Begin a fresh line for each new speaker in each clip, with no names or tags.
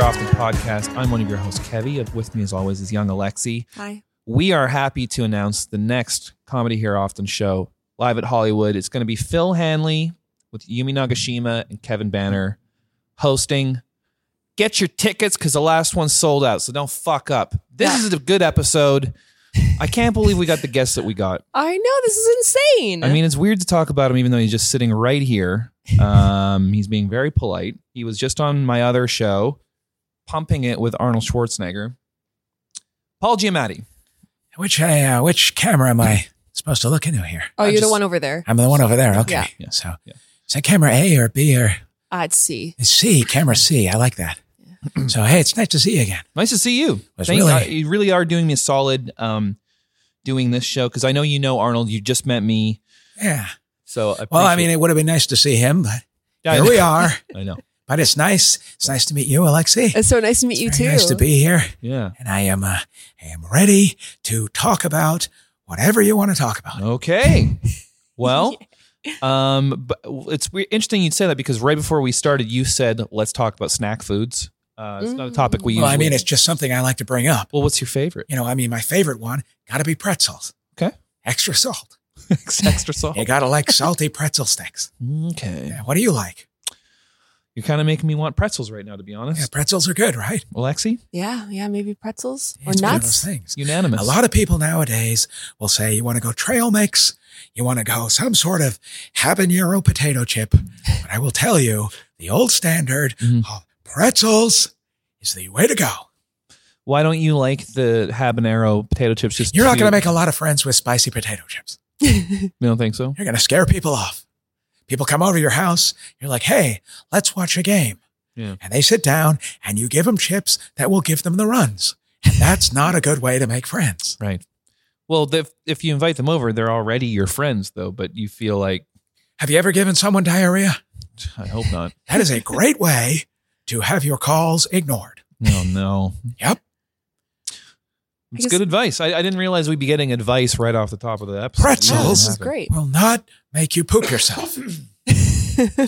Often podcast. I'm one of your hosts, Kevy. With me, as always, is young Alexi.
Hi.
We are happy to announce the next Comedy Here Often show live at Hollywood. It's going to be Phil Hanley with Yumi Nagashima and Kevin Banner hosting. Get your tickets because the last one sold out, so don't fuck up. This is a good episode. I can't believe we got the guests that we got.
I know this is insane.
I mean, it's weird to talk about him, even though he's just sitting right here. Um, he's being very polite. He was just on my other show, pumping it with Arnold Schwarzenegger. Paul Giamatti.
Which uh, which camera am I supposed to look into here?
oh, you're
I just-
the one over there.
I'm the one over there. Okay.
Yeah.
Yeah.
So
Yeah.
is that camera A or B or
I'd see.
it's C? Camera C. I like that. So hey, it's nice to see you again.
Nice to see you.
Was
Thank-
really-
uh, you really are doing me a solid um, doing this show because I know you know Arnold. You just met me,
Yeah.
so I
Well, I
appreciate-
mean, it would have been nice to see him, but
Yeah, I
here
know.
we are.
I know.
But it's nice. It's nice to meet you, Alexi.
It's so nice to meet you
Very
too.
Nice to be here,
Yeah.
and I am uh, I am ready to talk about whatever you want to talk about.
Okay. Well, um, but it's weird, interesting you'd say that because right before we started, you said let's talk about snack foods. Uh, it's not a topic we
Mm. Well,
usually.
I mean, it's just something I like to bring up.
well, what's your favorite?
You know, I mean, my favorite one got to be pretzels.
Okay.
Extra salt.
Extra salt.
Oh. You got to like salty pretzel sticks.
Okay.
Yeah, what do you like?
You're kind of making me want pretzels right now, to be
Yeah,
honest.
pretzels are good, right?
Alexi,
yeah, yeah, maybe pretzels or
It's one of those
nuts.
things.
unanimous.
A lot of people nowadays will say you want to go trail mix, you want to go some sort of habanero potato chip. But I will tell you, the old standard
Mhm.
of pretzels is the way to go.
Why don't you like the habanero potato chips? Just
You're not going
to
to make a lot of friends with spicy potato chips.
You don't think so?
You're going to scare people off. People come over to your house, you're like, hey, let's watch a game.
Yeah.
And they sit down and you give them chips that will give them the runs. And that's not a good way to make friends.
Right. Well, if if you invite them over, they're already your friends, though. But you feel like
Have you ever given someone diarrhea?
I hope not.
That is a great way to have your calls ignored.
No, Oh, no.
Yep.
It's
guess-
good advice. I, I didn't realize we'd be getting advice right off the top of the episode.
Pretzels.
Yeah, Oh, this
Pretzels.
is great.
Will not make you poop yourself.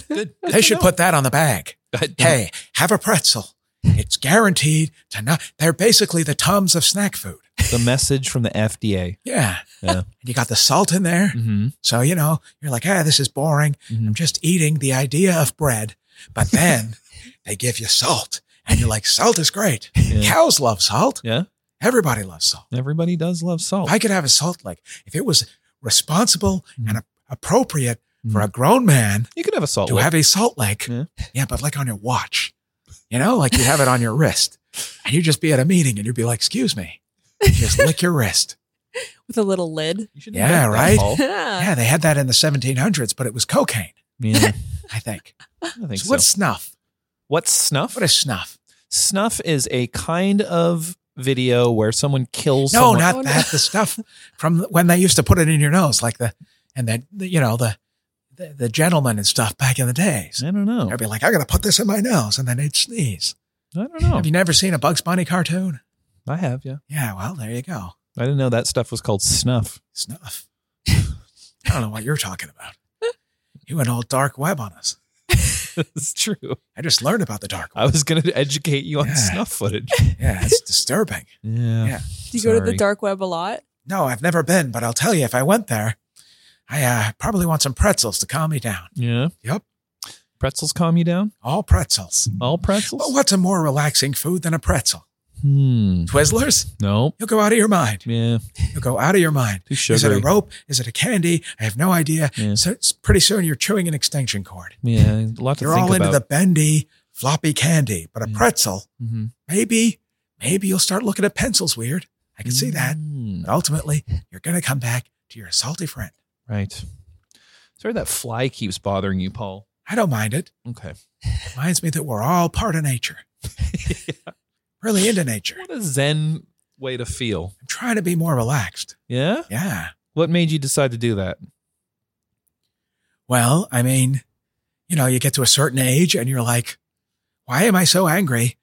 Good.
They should put that on the bag.
put.
Hey, have a pretzel. It's guaranteed to not. They're basically the Tums of snack food.
the message from the FDA.
Yeah.
Yeah.
And you got the salt in there.
Mm-hmm.
So, you know, you're like, ah, this is boring.
Mhm.
I'm just eating the idea of bread. But then they give you salt. And you're like, salt is great.
Yeah.
Cows love salt.
Yeah.
Everybody loves salt.
Everybody does love salt.
If I could have a salt lick, if it was responsible
Mhm.
and a- appropriate for
Mhm.
a grown man
you could have a salt.
to
lick.
have a salt lick,
Yeah.
yeah. but like on your watch, you know, like you have it on your wrist, and you just be at a meeting and you'd be like, "Excuse me," just lick your wrist.
With a little lid.
You should
Yeah,
invent that,
right?
Paul.
Uh.
Yeah, they had that in the 1700s, but it was cocaine,
Yeah,
I think.
I think
so
so.
what's snuff?
What's snuff?
What is snuff?
snuff is a kind of video where someone kills
No,
someone.
not
Oh, no.
that. The stuff from when they used to put it in your nose, like the and that you know the, the the gentleman and stuff back in the days.
I don't know.
I'd be like, I gotta put this in my nose, and then they'd sneeze.
I don't know.
Have you never seen a Bugs Bunny cartoon?
I have, yeah.
Yeah, well, there you go.
I didn't know that stuff was called snuff.
Snuff. I don't know what you're talking about. You went all dark web on us.
it's true.
I just learned about the dark
I
web.
was going to educate you on
Yeah.
snuff footage.
Yeah, it's disturbing.
Yeah.
Yeah.
Do you go to the
Sorry.
dark web a lot?
No, I've never been, but I'll tell you, if I went there, I uh, probably want some pretzels to calm me down.
Yeah.
Yep.
Pretzels calm you down?
All pretzels.
All pretzels?
Well, what's a more relaxing food than a pretzel?
Hmm.
Twizzlers?
No.
You'll go out of your mind.
Yeah.
You'll go out of your mind.
Too
Is it
sugary.
a rope? Is it a candy? I have no idea.
Yeah.
So it's pretty soon you're chewing an extension cord.
yeah. A lot to
You're
think
all into
about.
the bendy, floppy candy, but a
Yeah.
pretzel,
Mhm.
maybe, maybe you'll start looking at pencils weird. I can see that.
Mm.
But ultimately, you're going to come back to your salty friend.
Right. Sorry that fly keeps bothering you, Paul.
I don't mind it.
Okay.
Reminds me that we're all part of nature. Really into nature.
What a zen way to feel.
I'm trying to be more relaxed.
Yeah?
Yeah.
What made you decide to do that?
Well, I mean, you know, you get to a certain age and you're like, why am I so angry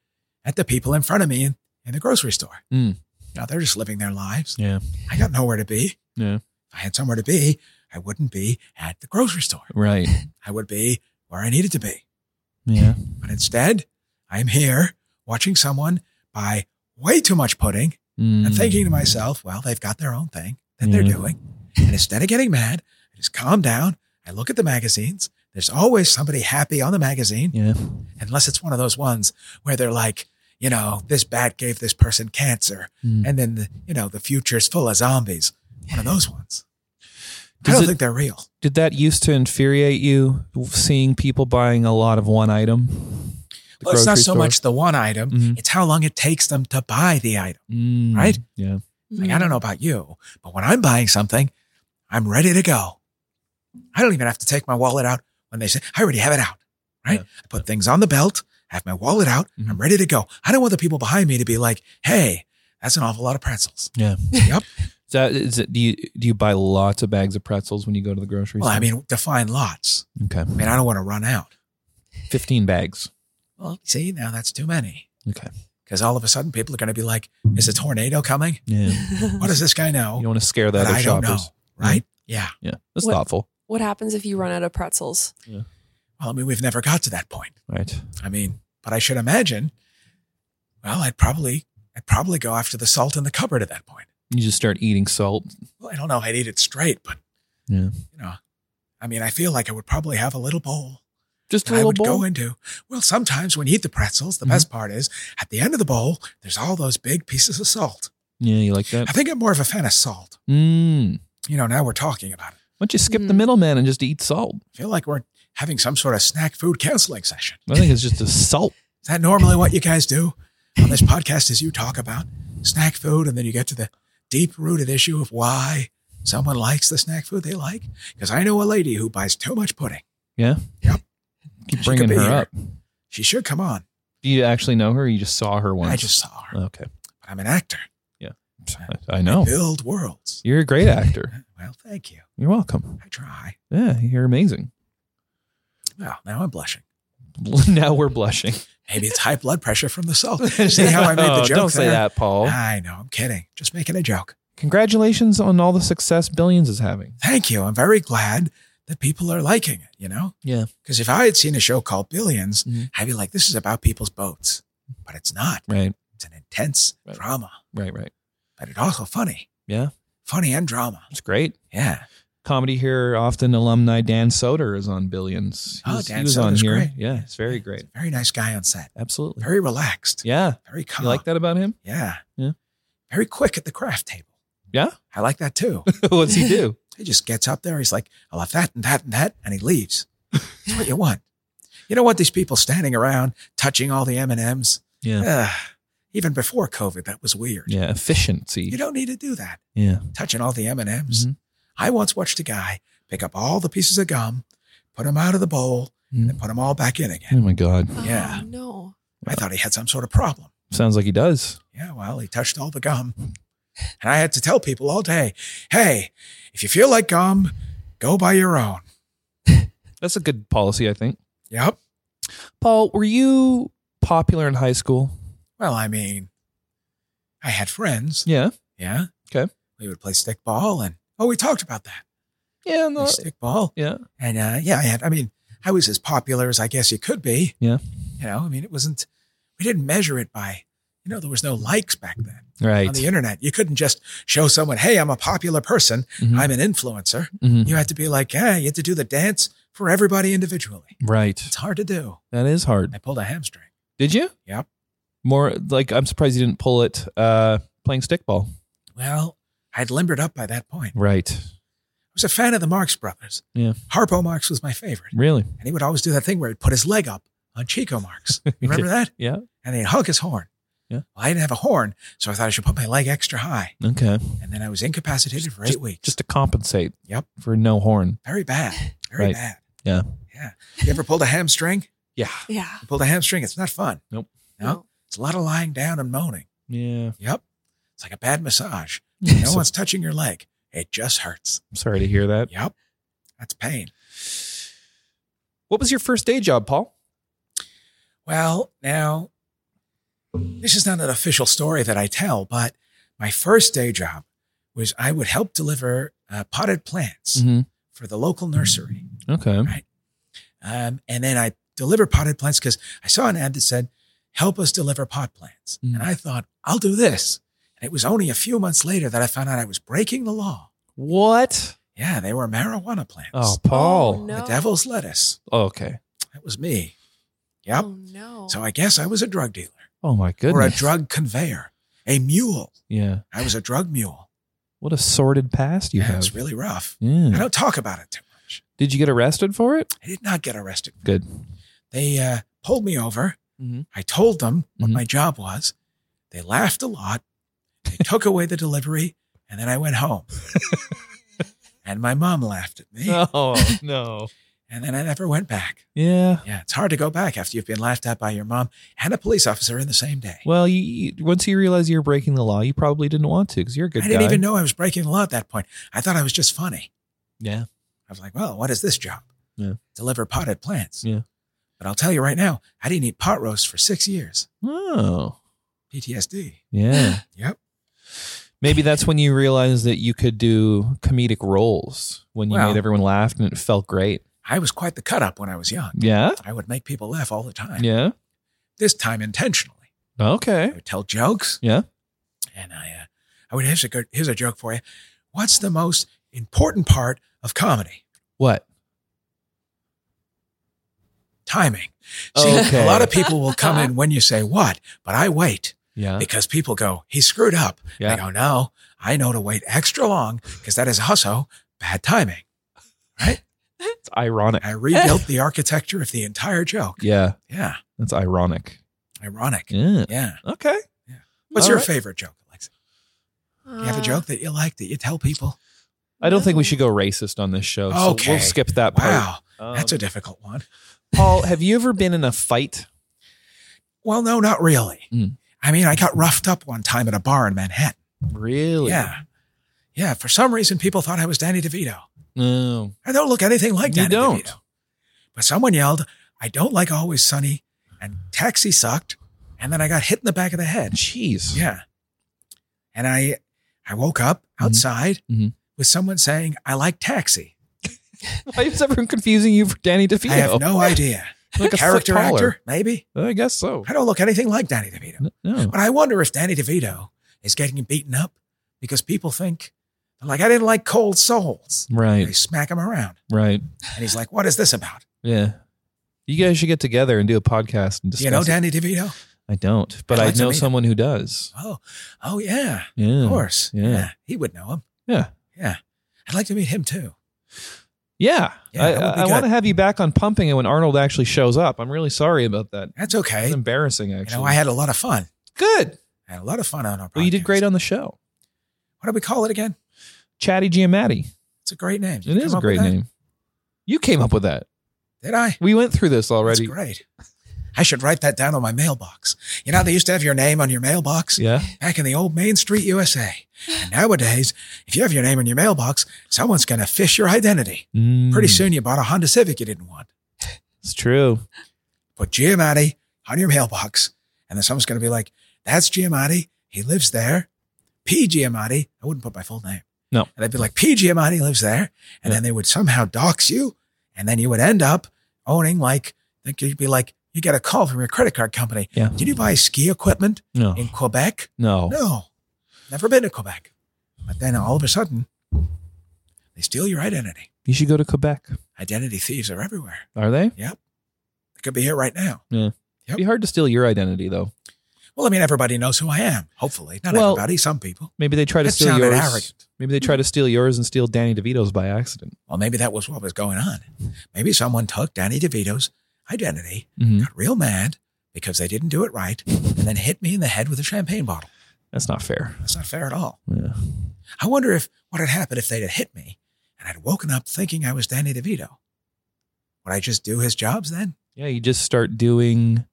at the people in front of me in, in the grocery store?
Mm.
You know, they're just living their lives.
Yeah.
I got nowhere to be.
Yeah.
If I had somewhere to be, I wouldn't be at the grocery store.
Right.
I would be where I needed to be.
Yeah.
But instead, I'm here watching someone buy way too much pudding and
Mm.
thinking to myself, well, they've got their own thing that they're
Yeah.
doing. And instead of getting mad, I just calm down. I look at the magazines. There's always somebody happy on the magazine,
Yeah.
unless it's one of those ones where they're like, you know, this bat gave this person cancer.
Mm.
And then, the, you know, the future's full of zombies. One of those ones. I
Does
don't
it-
think they're real.
Did that used to infuriate you seeing people buying a lot of one item? The
Well, it's not
grocery
so
store?
much the one item,
Mhm.
it's how long it takes them to buy the item.
Mm.
right?
Yeah.
Like, I don't know about you, but when I'm buying something, I'm ready to go. I don't even have to take my wallet out when they say, I already have it out, right?
Yeah.
I put things on the belt, I have my wallet out,
Mhm.
I'm ready to go. I don't want the people behind me to be like, hey, that's an awful lot of pretzels.
Is that is it? Do you do you buy lots of bags of pretzels when you go to the grocery
Well,
store?
I mean, define lots.
okay,
I mean, I don't want to run out.
fifteen bags.
Well, see, now that's too many.
Okay.
Because all of a sudden people are going to be like, is a tornado coming?
Yeah.
What does this guy
You
know?
don't want to scare the
that
other
Oh, I don't
shoppers. Mm-hmm.
know, right? Yeah.
Yeah, that's
What-
thoughtful.
what happens if you run out of pretzels?
Well, I mean, we've never got to that point.
Right.
I mean, but I should imagine. Well, I'd probably, I'd probably go after the salt in the cupboard at that point.
You just start eating salt.
Well, I don't know. I'd eat it straight, but
Yeah.
you know, I mean, I feel like I would probably have a little bowl
Just
that
a
I
little
would
bowl.
go into. Well, sometimes when you eat the pretzels, the
Mhm.
best part is at the end of the bowl, there's all those big pieces of salt.
yeah, you like
I
that?
think I'm more of a fan of salt.
Mm. Why
You know, now we're talking about it.
don't you skip the
Mm.
middleman and just eat salt?
I feel like we're having some sort of snack food counseling session.
I think it's just a salt.
Is that normally what you guys do on this podcast? Is you talk about snack food and then you get to the deep rooted issue of why someone likes the snack food they like? Because I know a lady who buys too much pudding.
Keep
could
bringing
be
her
here.
up.
She should come on.
Do you actually know her? Or you just saw her once. Uh,
I just saw her.
okay.
I'm an actor.
I, I know.
Build worlds.
You're a great actor.
Well, thank you.
You're welcome.
I try.
Yeah, you're amazing.
Well, now I'm blushing.
now we're blushing.
Maybe it's high blood pressure from the salt. See how I made the
Oh,
joke
Don't say
there?
that, Paul.
I know. I'm kidding. Just making a joke.
Congratulations on all the success Billions is having.
Thank you. I'm very glad that people are liking it, you know?
Yeah.
Because if I had seen a show called 1000000000s i
Mhm.
I'd be like, this is about people's boats. But it's not.
Right,
It's an intense
Right.
drama,
right, right.
but it's also funny.
Yeah.
Funny and drama.
It's great.
Yeah.
Comedy here, often alumni Dan Soder is on Billions. He
Oh,
was-
Dan
he was
Soder's
on here.
great.
Yeah, it's very great.
Very nice guy on set.
Absolutely.
Very relaxed.
Yeah.
Very calm.
You like that about him?
Yeah.
Yeah.
Very quick at the craft table.
Yeah?
I like that too.
What's he do?
he just gets up there. He's like, I'll have that and that and that. And he leaves. That's what you want. You don't want these people standing around touching all the M&Ms.
Yeah.
Ugh. even before COVID, that was weird.
Yeah, efficiency.
You don't need to do that.
Yeah.
touching all the M and M's.
Mhm.
I once watched a guy pick up all the pieces of gum, put them out of the bowl,
Mhm.
and put them all back in again.
Oh my God.
Yeah.
Oh, no.
Mm.
I thought he had some sort of problem.
Sounds like he does.
Yeah, well, he touched all the gum, and I had to tell people all day, "Hey, if you feel like gum, go buy your own."
That's a good policy, I think.
Yep.
Paul, were you popular in high school?
Well, I mean, I had friends.
Yeah.
Yeah.
Okay.
We would play stickball, and oh, we talked about that.
Yeah.
Play
No,
stickball.
yeah.
And uh, yeah, I had. I mean, I was as popular as I guess you could be.
Yeah.
You know, I mean, it wasn't. We didn't measure it by. You know, there was no likes back then
Right.
on the internet. You couldn't just show someone, "Hey, I'm a popular person.
Mhm.
I'm an influencer."
Mhm.
You had to be like, "Yeah," you had to do the dance for everybody individually.
Right.
It's hard to do.
That is hard.
I pulled a hamstring.
Did you?
Yep.
More like I'm surprised you didn't pull it uh playing stickball.
Well, I'd limbered up by that point. I
Right.
was a fan of the Marx Brothers.
Yeah.
Harpo Marx was my favorite,
Really?
and he would always do that thing where he'd put his leg up on Chico Marx. Remember that?
Yeah.
and he'd hug his horn.
Yeah.
Well, I didn't have a horn, so I thought I should put my leg extra high.
Okay.
And then I was incapacitated for eight weeks.
Just to compensate.
Yep.
For no horn.
very bad. Very
Right.
bad.
Yeah.
Yeah. You ever pulled a hamstring?
Yeah.
Yeah. Oh,
You pulled a hamstring, it's not fun.
Nope.
No. It's a lot of lying down and moaning.
Yeah.
Yep. It's like a bad massage.
I'm
No
so-
one's touching your leg. It just hurts.
I'm sorry to hear that.
Yep. That's pain.
What was your first day job, Paul?
Well, now, this is not an official story that I tell, but my first day job was I would help deliver uh, potted plants
Mm-hmm.
for the local nursery.
Okay.
Um, and then I delivered potted plants because I saw an ad that said, help us deliver pot plants.
Mm.
And I thought, I'll do this. And it was only a few months later that I found out I was breaking the law.
What?
Yeah, they were marijuana plants.
Oh, Paul. Oh,
Oh, no.
The devil's lettuce.
okay.
That was me. Yep.
Oh no.
So I guess I was a drug dealer
Oh my
or a
goodness.
drug conveyor, a mule.
yeah.
I was a drug mule.
What a sordid past you
Yeah, it
have. Hmm.
was really rough. I
yeah.
don't talk about it too much.
Did you get arrested for it?
I did not get arrested.
Good.
They uh, pulled me over.
Mhm.
I told them what
Mhm.
my job was. They laughed a lot. They took away the delivery, and then I went home. and my mom laughed at me,
Oh no.
and then I never went back.
Yeah.
Yeah, it's hard to go back after you've been laughed at by your mom and a police officer in the same day.
Well, you, you, once you realize you're breaking the law, you probably didn't want to because you're a good
I didn't
guy.
even know I was breaking the law at that point. I thought I was just funny.
yeah.
I was like, well, what is this job?
Yeah.
Deliver potted plants.
Yeah.
But I'll tell you right now, I didn't eat pot roast for six years.
Oh.
PTSD.
Yeah.
Yep.
Maybe that's when you realized that you could do comedic roles when you
Well-
made everyone laugh and it felt great.
I was quite the cut up when I was young.
Yeah.
I would make people laugh all the time.
Yeah.
This time intentionally. I
Okay.
would tell jokes.
Yeah.
And I, uh, I would here's a good, here's a joke for you. What's the most important part of comedy?
What?
Timing. See,
Okay.
a lot of people will come in when you say what, but I wait
Yeah.
because people go, he screwed up.
Yeah.
I go, no, I know to wait extra long because that is also bad timing.
It's ironic.
I rebuilt the architecture of the entire joke.
Yeah.
Yeah.
That's ironic.
Ironic.
Yeah.
Yeah.
Okay.
What's
All
your
right.
favorite joke, Alexa?
Uh,
You have a joke that you like that you tell people?
I don't think we
no.
should go racist on this show. So
Okay.
we'll skip that part.
Wow.
Wow.
That's a difficult one.
Paul, have you ever been in a fight?
Well, no, not really.
Mm.
I mean, I got roughed up one time at a bar in Manhattan.
Really?
Yeah. Yeah. For some reason, people thought I was Danny DeVito.
No.
I don't look anything like
You
Danny
don't.
DeVito. But someone yelled, I don't like Always Sunny, and Taxi sucked. And then I got hit in the back of the head.
Jeez.
Yeah. And I I woke up outside
Mhm.
with someone saying, I like Taxi.
Why is everyone confusing you for Danny DeVito?
I have no idea.
like a
Character
foot taller.
actor, maybe.
I guess so.
I don't look anything like Danny DeVito.
No.
But I wonder if Danny DeVito is getting beaten up because people think, they're like, I didn't like cold souls. They
Right.
smack him around.
Right.
And he's like, What is this about?
Yeah. You guys should get together and do a podcast and discuss.
you know
it.
Danny DeVito?
I don't, but
I'd
I,
like to
know
meet him.
someone who does.
Oh, oh, yeah.
Yeah.
Of course.
Yeah.
He would know him.
Yeah.
Yeah. I'd like to meet him too.
Yeah.
Yeah,
I,
that would be
I
good.
want to have you back on pumping and when Arnold actually shows up. I'm really sorry about that.
That's
It's
okay.
embarrassing,
You
actually.
know, I had a lot of fun.
Good.
I had a lot of fun on our podcast.
Well, you did great on the show.
What do we call it again?
Chatty Giamatti.
It's a great name. Did
It
you
is
come
a
up
great
with that?
name. You came up with that.
Did I?
We went through this
That's
already.
great. I should write that down on my mailbox. You know, how they used to have your name on your mailbox.
Yeah.
back in the old Main Street USA. And nowadays, if you have your name in your mailbox, someone's going to fish your identity. Pretty
Mm,
soon you bought a Honda Civic you didn't want.
It's true.
Put Giamatti on your mailbox. And then someone's going to be like, that's Giamatti. He lives there. P. Giamatti. I wouldn't put my full name.
No.
And they'd be like, P. Giamatti lives there. And then they would somehow dox you. And then you would end up owning like, I think you'd be like, you get a call from your credit card company.
Yeah.
Did you buy ski equipment
No.
in Quebec?
No.
No, never been to Quebec. But then all of a sudden, they steal your identity.
You should go to Quebec.
Identity thieves are everywhere.
Are they?
They could be here right now.
It'd be hard to steal your identity, though.
Well, I mean, everybody knows who I am. Hopefully, not
Well-
everybody. Some people.
Maybe they try to
That
steal
sounded
yours.
arrogant.
Maybe they try to steal yours and steal Danny DeVito's by accident.
Well, maybe that was what was going on. Maybe someone took Danny DeVito's identity,
Mm-hmm.
got real mad because they didn't do it right, and then hit me in the head with a champagne bottle.
That's not fair.
That's not fair at all.
Yeah.
I wonder if what had happened if they'd have hit me and I'd woken up thinking I was Danny DeVito. Would I just do his jobs then?
Yeah. You just start doing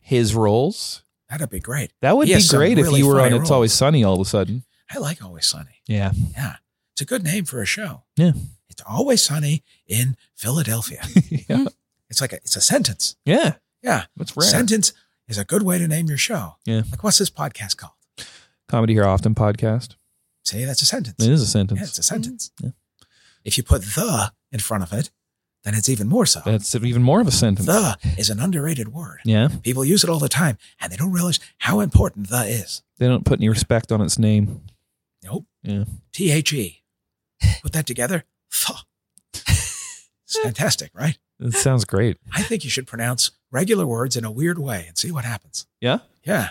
his roles.
That'd be great.
That would
He
be
has some
great if
really
you were on
funny
It's
roles.
Always Sunny all of a sudden.
I like Always Sunny.
Yeah.
Yeah. It's a good name for a show.
Yeah.
It's Always Sunny in Philadelphia.
yeah.
it's like a, it's a sentence.
Yeah.
Yeah.
That's rare.
Sentence is a good way to name your show.
Yeah.
Like what's this podcast called?
Comedy Here Often podcast.
See, that's a sentence.
It is a
Yeah,
sentence.
it's a sentence.
Mm, Yeah.
If you put the in front of it, then it's even more so.
That's even more of a sentence.
The is an underrated word.
yeah.
People use it all the time and they don't realize how important the is.
They don't put any respect on its name.
Nope.
Yeah.
T H E. Put that together. Pho. It's fantastic, right?
It sounds great.
I think you should pronounce regular words in a weird way and see what happens.
Yeah?
Yeah.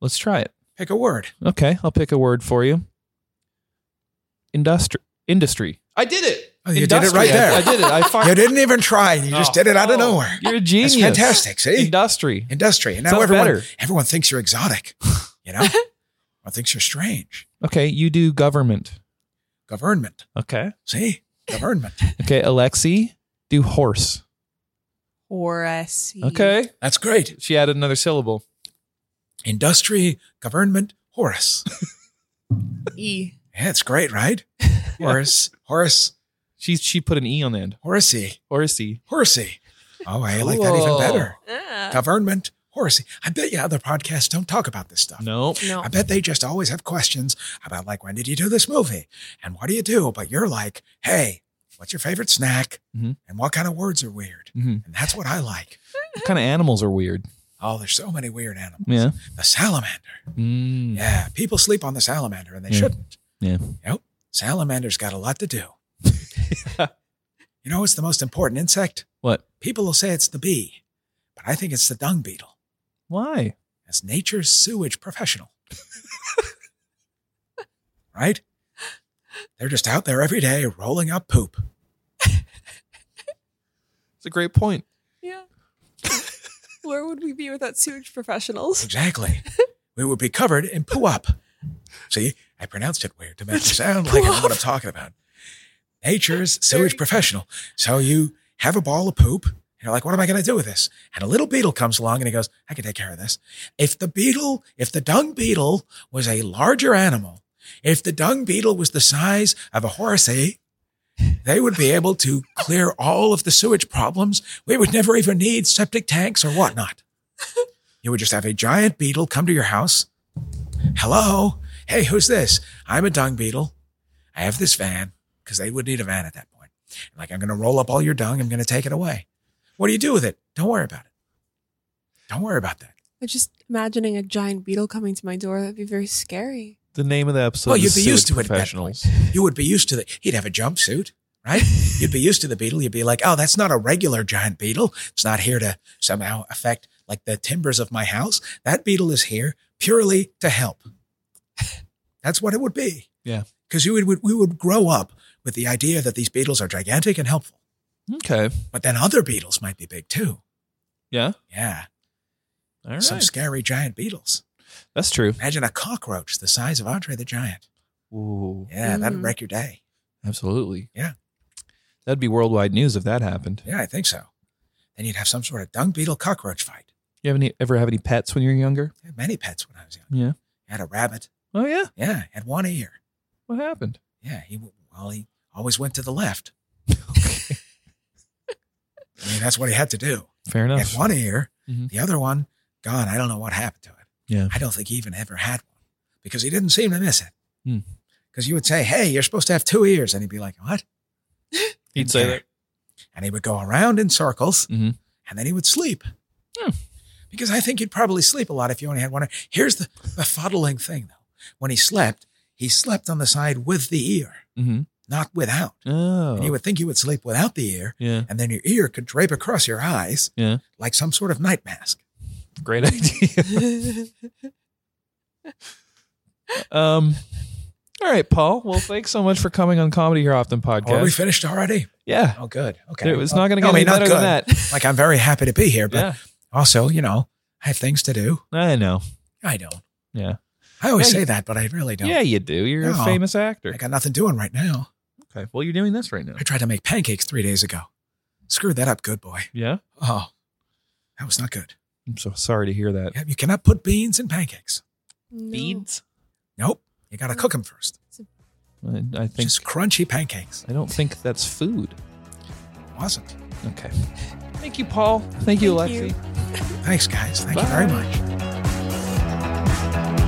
Let's try it.
Pick a word.
Okay, I'll pick a word for you. Industri- industry. I did it.
Oh, you did it
Industry.
right there.
I, I did it. I
You
fired.
didn't even try. You just did it out of nowhere.
You're a Oh. genius.
It's fantastic. See?
Industry.
Industry. And now
Sounds
everyone
better.
everyone thinks you're exotic. You know? everyone thinks you're strange.
Okay, you do government.
Government.
Okay.
See? Government.
Okay, Alexi, do horse.
Or E. I see.
Okay.
That's great.
She added another syllable.
Industry, government, Horace.
E.
Yeah, it's great, right? Horace. Horace.
She she put an E on the end.
Horsey.
Horsey.
Horsey. Oh, I like that even
Cool.
better.
Ah.
Government, Horsey. I bet you other podcasts don't talk about this stuff.
No.
No.
I bet they just always have questions about like when did you do this movie and what do you do? But you're like, hey, what's your favorite snack
Mhm.
and what kind of words are weird?
Mhm.
And that's what I like.
What kind of animals are weird?
Oh, there's so many weird animals.
Yeah.
The salamander.
Mm.
Yeah, people sleep on the salamander and they
Yeah.
shouldn't.
Yeah.
Yep. Salamander's got a lot to do. You know what's the most important insect?
What?
People will say it's the bee, but I think it's the dung beetle.
Why?
as nature's sewage professional. right? They're just out there every day rolling up poop.
It's a great point.
Yeah. Where would we be without sewage professionals?
Exactly. we would be covered in poo up. See, I pronounced it weird to make it sound like I know what I'm talking about. Nature's sewage professional. So you have a ball of poop. and You're like, what am I going to do with this? And a little beetle comes along and he goes, I can take care of this. If the beetle, if the dung beetle was a larger animal, if the dung beetle was the size of a horse, eh, they would be able to clear all of the sewage problems. We would never even need septic tanks or whatnot. You would just have a giant beetle come to your house. Hello. Hey, who's this? I'm a dung beetle. I have this van because they would need a van at that point. And like, I'm going to roll up all your dung. I'm going to take it away. What do you do with it? Don't worry about it. Don't worry about that.
I'm just imagining a giant beetle coming to my door. That'd be very scary.
The name of the episode.
Well, Oh, you'd
is
be
Sewage
used to it at that
Professionals.
You would be used to the, he'd have a jumpsuit, right? You'd be used to the beetle. You'd be like, oh, that's not a regular giant beetle. It's not here to somehow affect like the timbers of my house. That beetle is here purely to help. That's what it would be.
Yeah.
Because you would, would, we would grow up with the idea that these beetles are gigantic and helpful,
Okay.
but then other beetles might be big too.
Yeah.
Yeah.
All right.
Some scary giant beetles.
That's true.
Imagine a cockroach the size of Andre the Giant.
Ooh.
Yeah, that'd
Mm.
wreck your day.
Absolutely.
Yeah.
That'd be worldwide news if that happened.
Yeah, I think so. Then you'd have some sort of dung beetle cockroach fight.
You have any ever have any pets when you're younger?
I had many pets when I was young.
Yeah.
I had a rabbit.
Oh yeah.
Yeah, I had one ear.
What happened?
Yeah, he well, he always went to the left. I mean, that's what he had to do.
Fair
He
enough.
had one ear.
Mhm.
The other one gone. I don't know what happened to it.
Yeah.
I don't think he even ever had one because he didn't seem to miss
Hmm.
it. Because you would say, "Hey, you're supposed to have two ears," and he'd be like, "What?"
You'd say
care.
that.
and he would go around in circles
Mhm.
and then he would sleep.
Hmm.
Because I think you'd probably sleep a lot if you only had one. ear. Here's the befuddling thing though. When he slept, he slept on the side with the ear,
Mm-hmm.
not without.
Oh.
And you would think you would sleep without the ear,
yeah.
and then your ear could drape across your eyes
Yeah.
like some sort of night mask.
Great idea. um. All right, Paul. Well, thanks so much for coming on Comedy Here Often
Are
podcast.
we finished already?
yeah.
Oh, good. Okay.
It's not going to
Oh,
get
I mean,
any
not
better than that.
good. Like, I'm very happy to be here, but
Yeah.
also, you know, I have things to do.
I know.
I don't.
Yeah.
I always
Yeah,
say
you-
that, but I really don't.
Yeah, you do. You're
No.
a famous actor.
I got nothing doing right now.
Okay. Well, you're doing this right now.
I tried to make pancakes three days ago. Screwed that up, good boy.
Yeah.
Oh, that was not good.
I'm so sorry to hear that.
Yeah, You cannot put beans in pancakes.
No.
Beads.
Nope. You got to cook them first.
I, I think.
Just crunchy pancakes.
I don't think that's food.
Wasn't.
Okay. Thank you, Paul. Thank you,
Thank
Alexi.
you.
Thanks, guys. Thank
Bye.
you very much.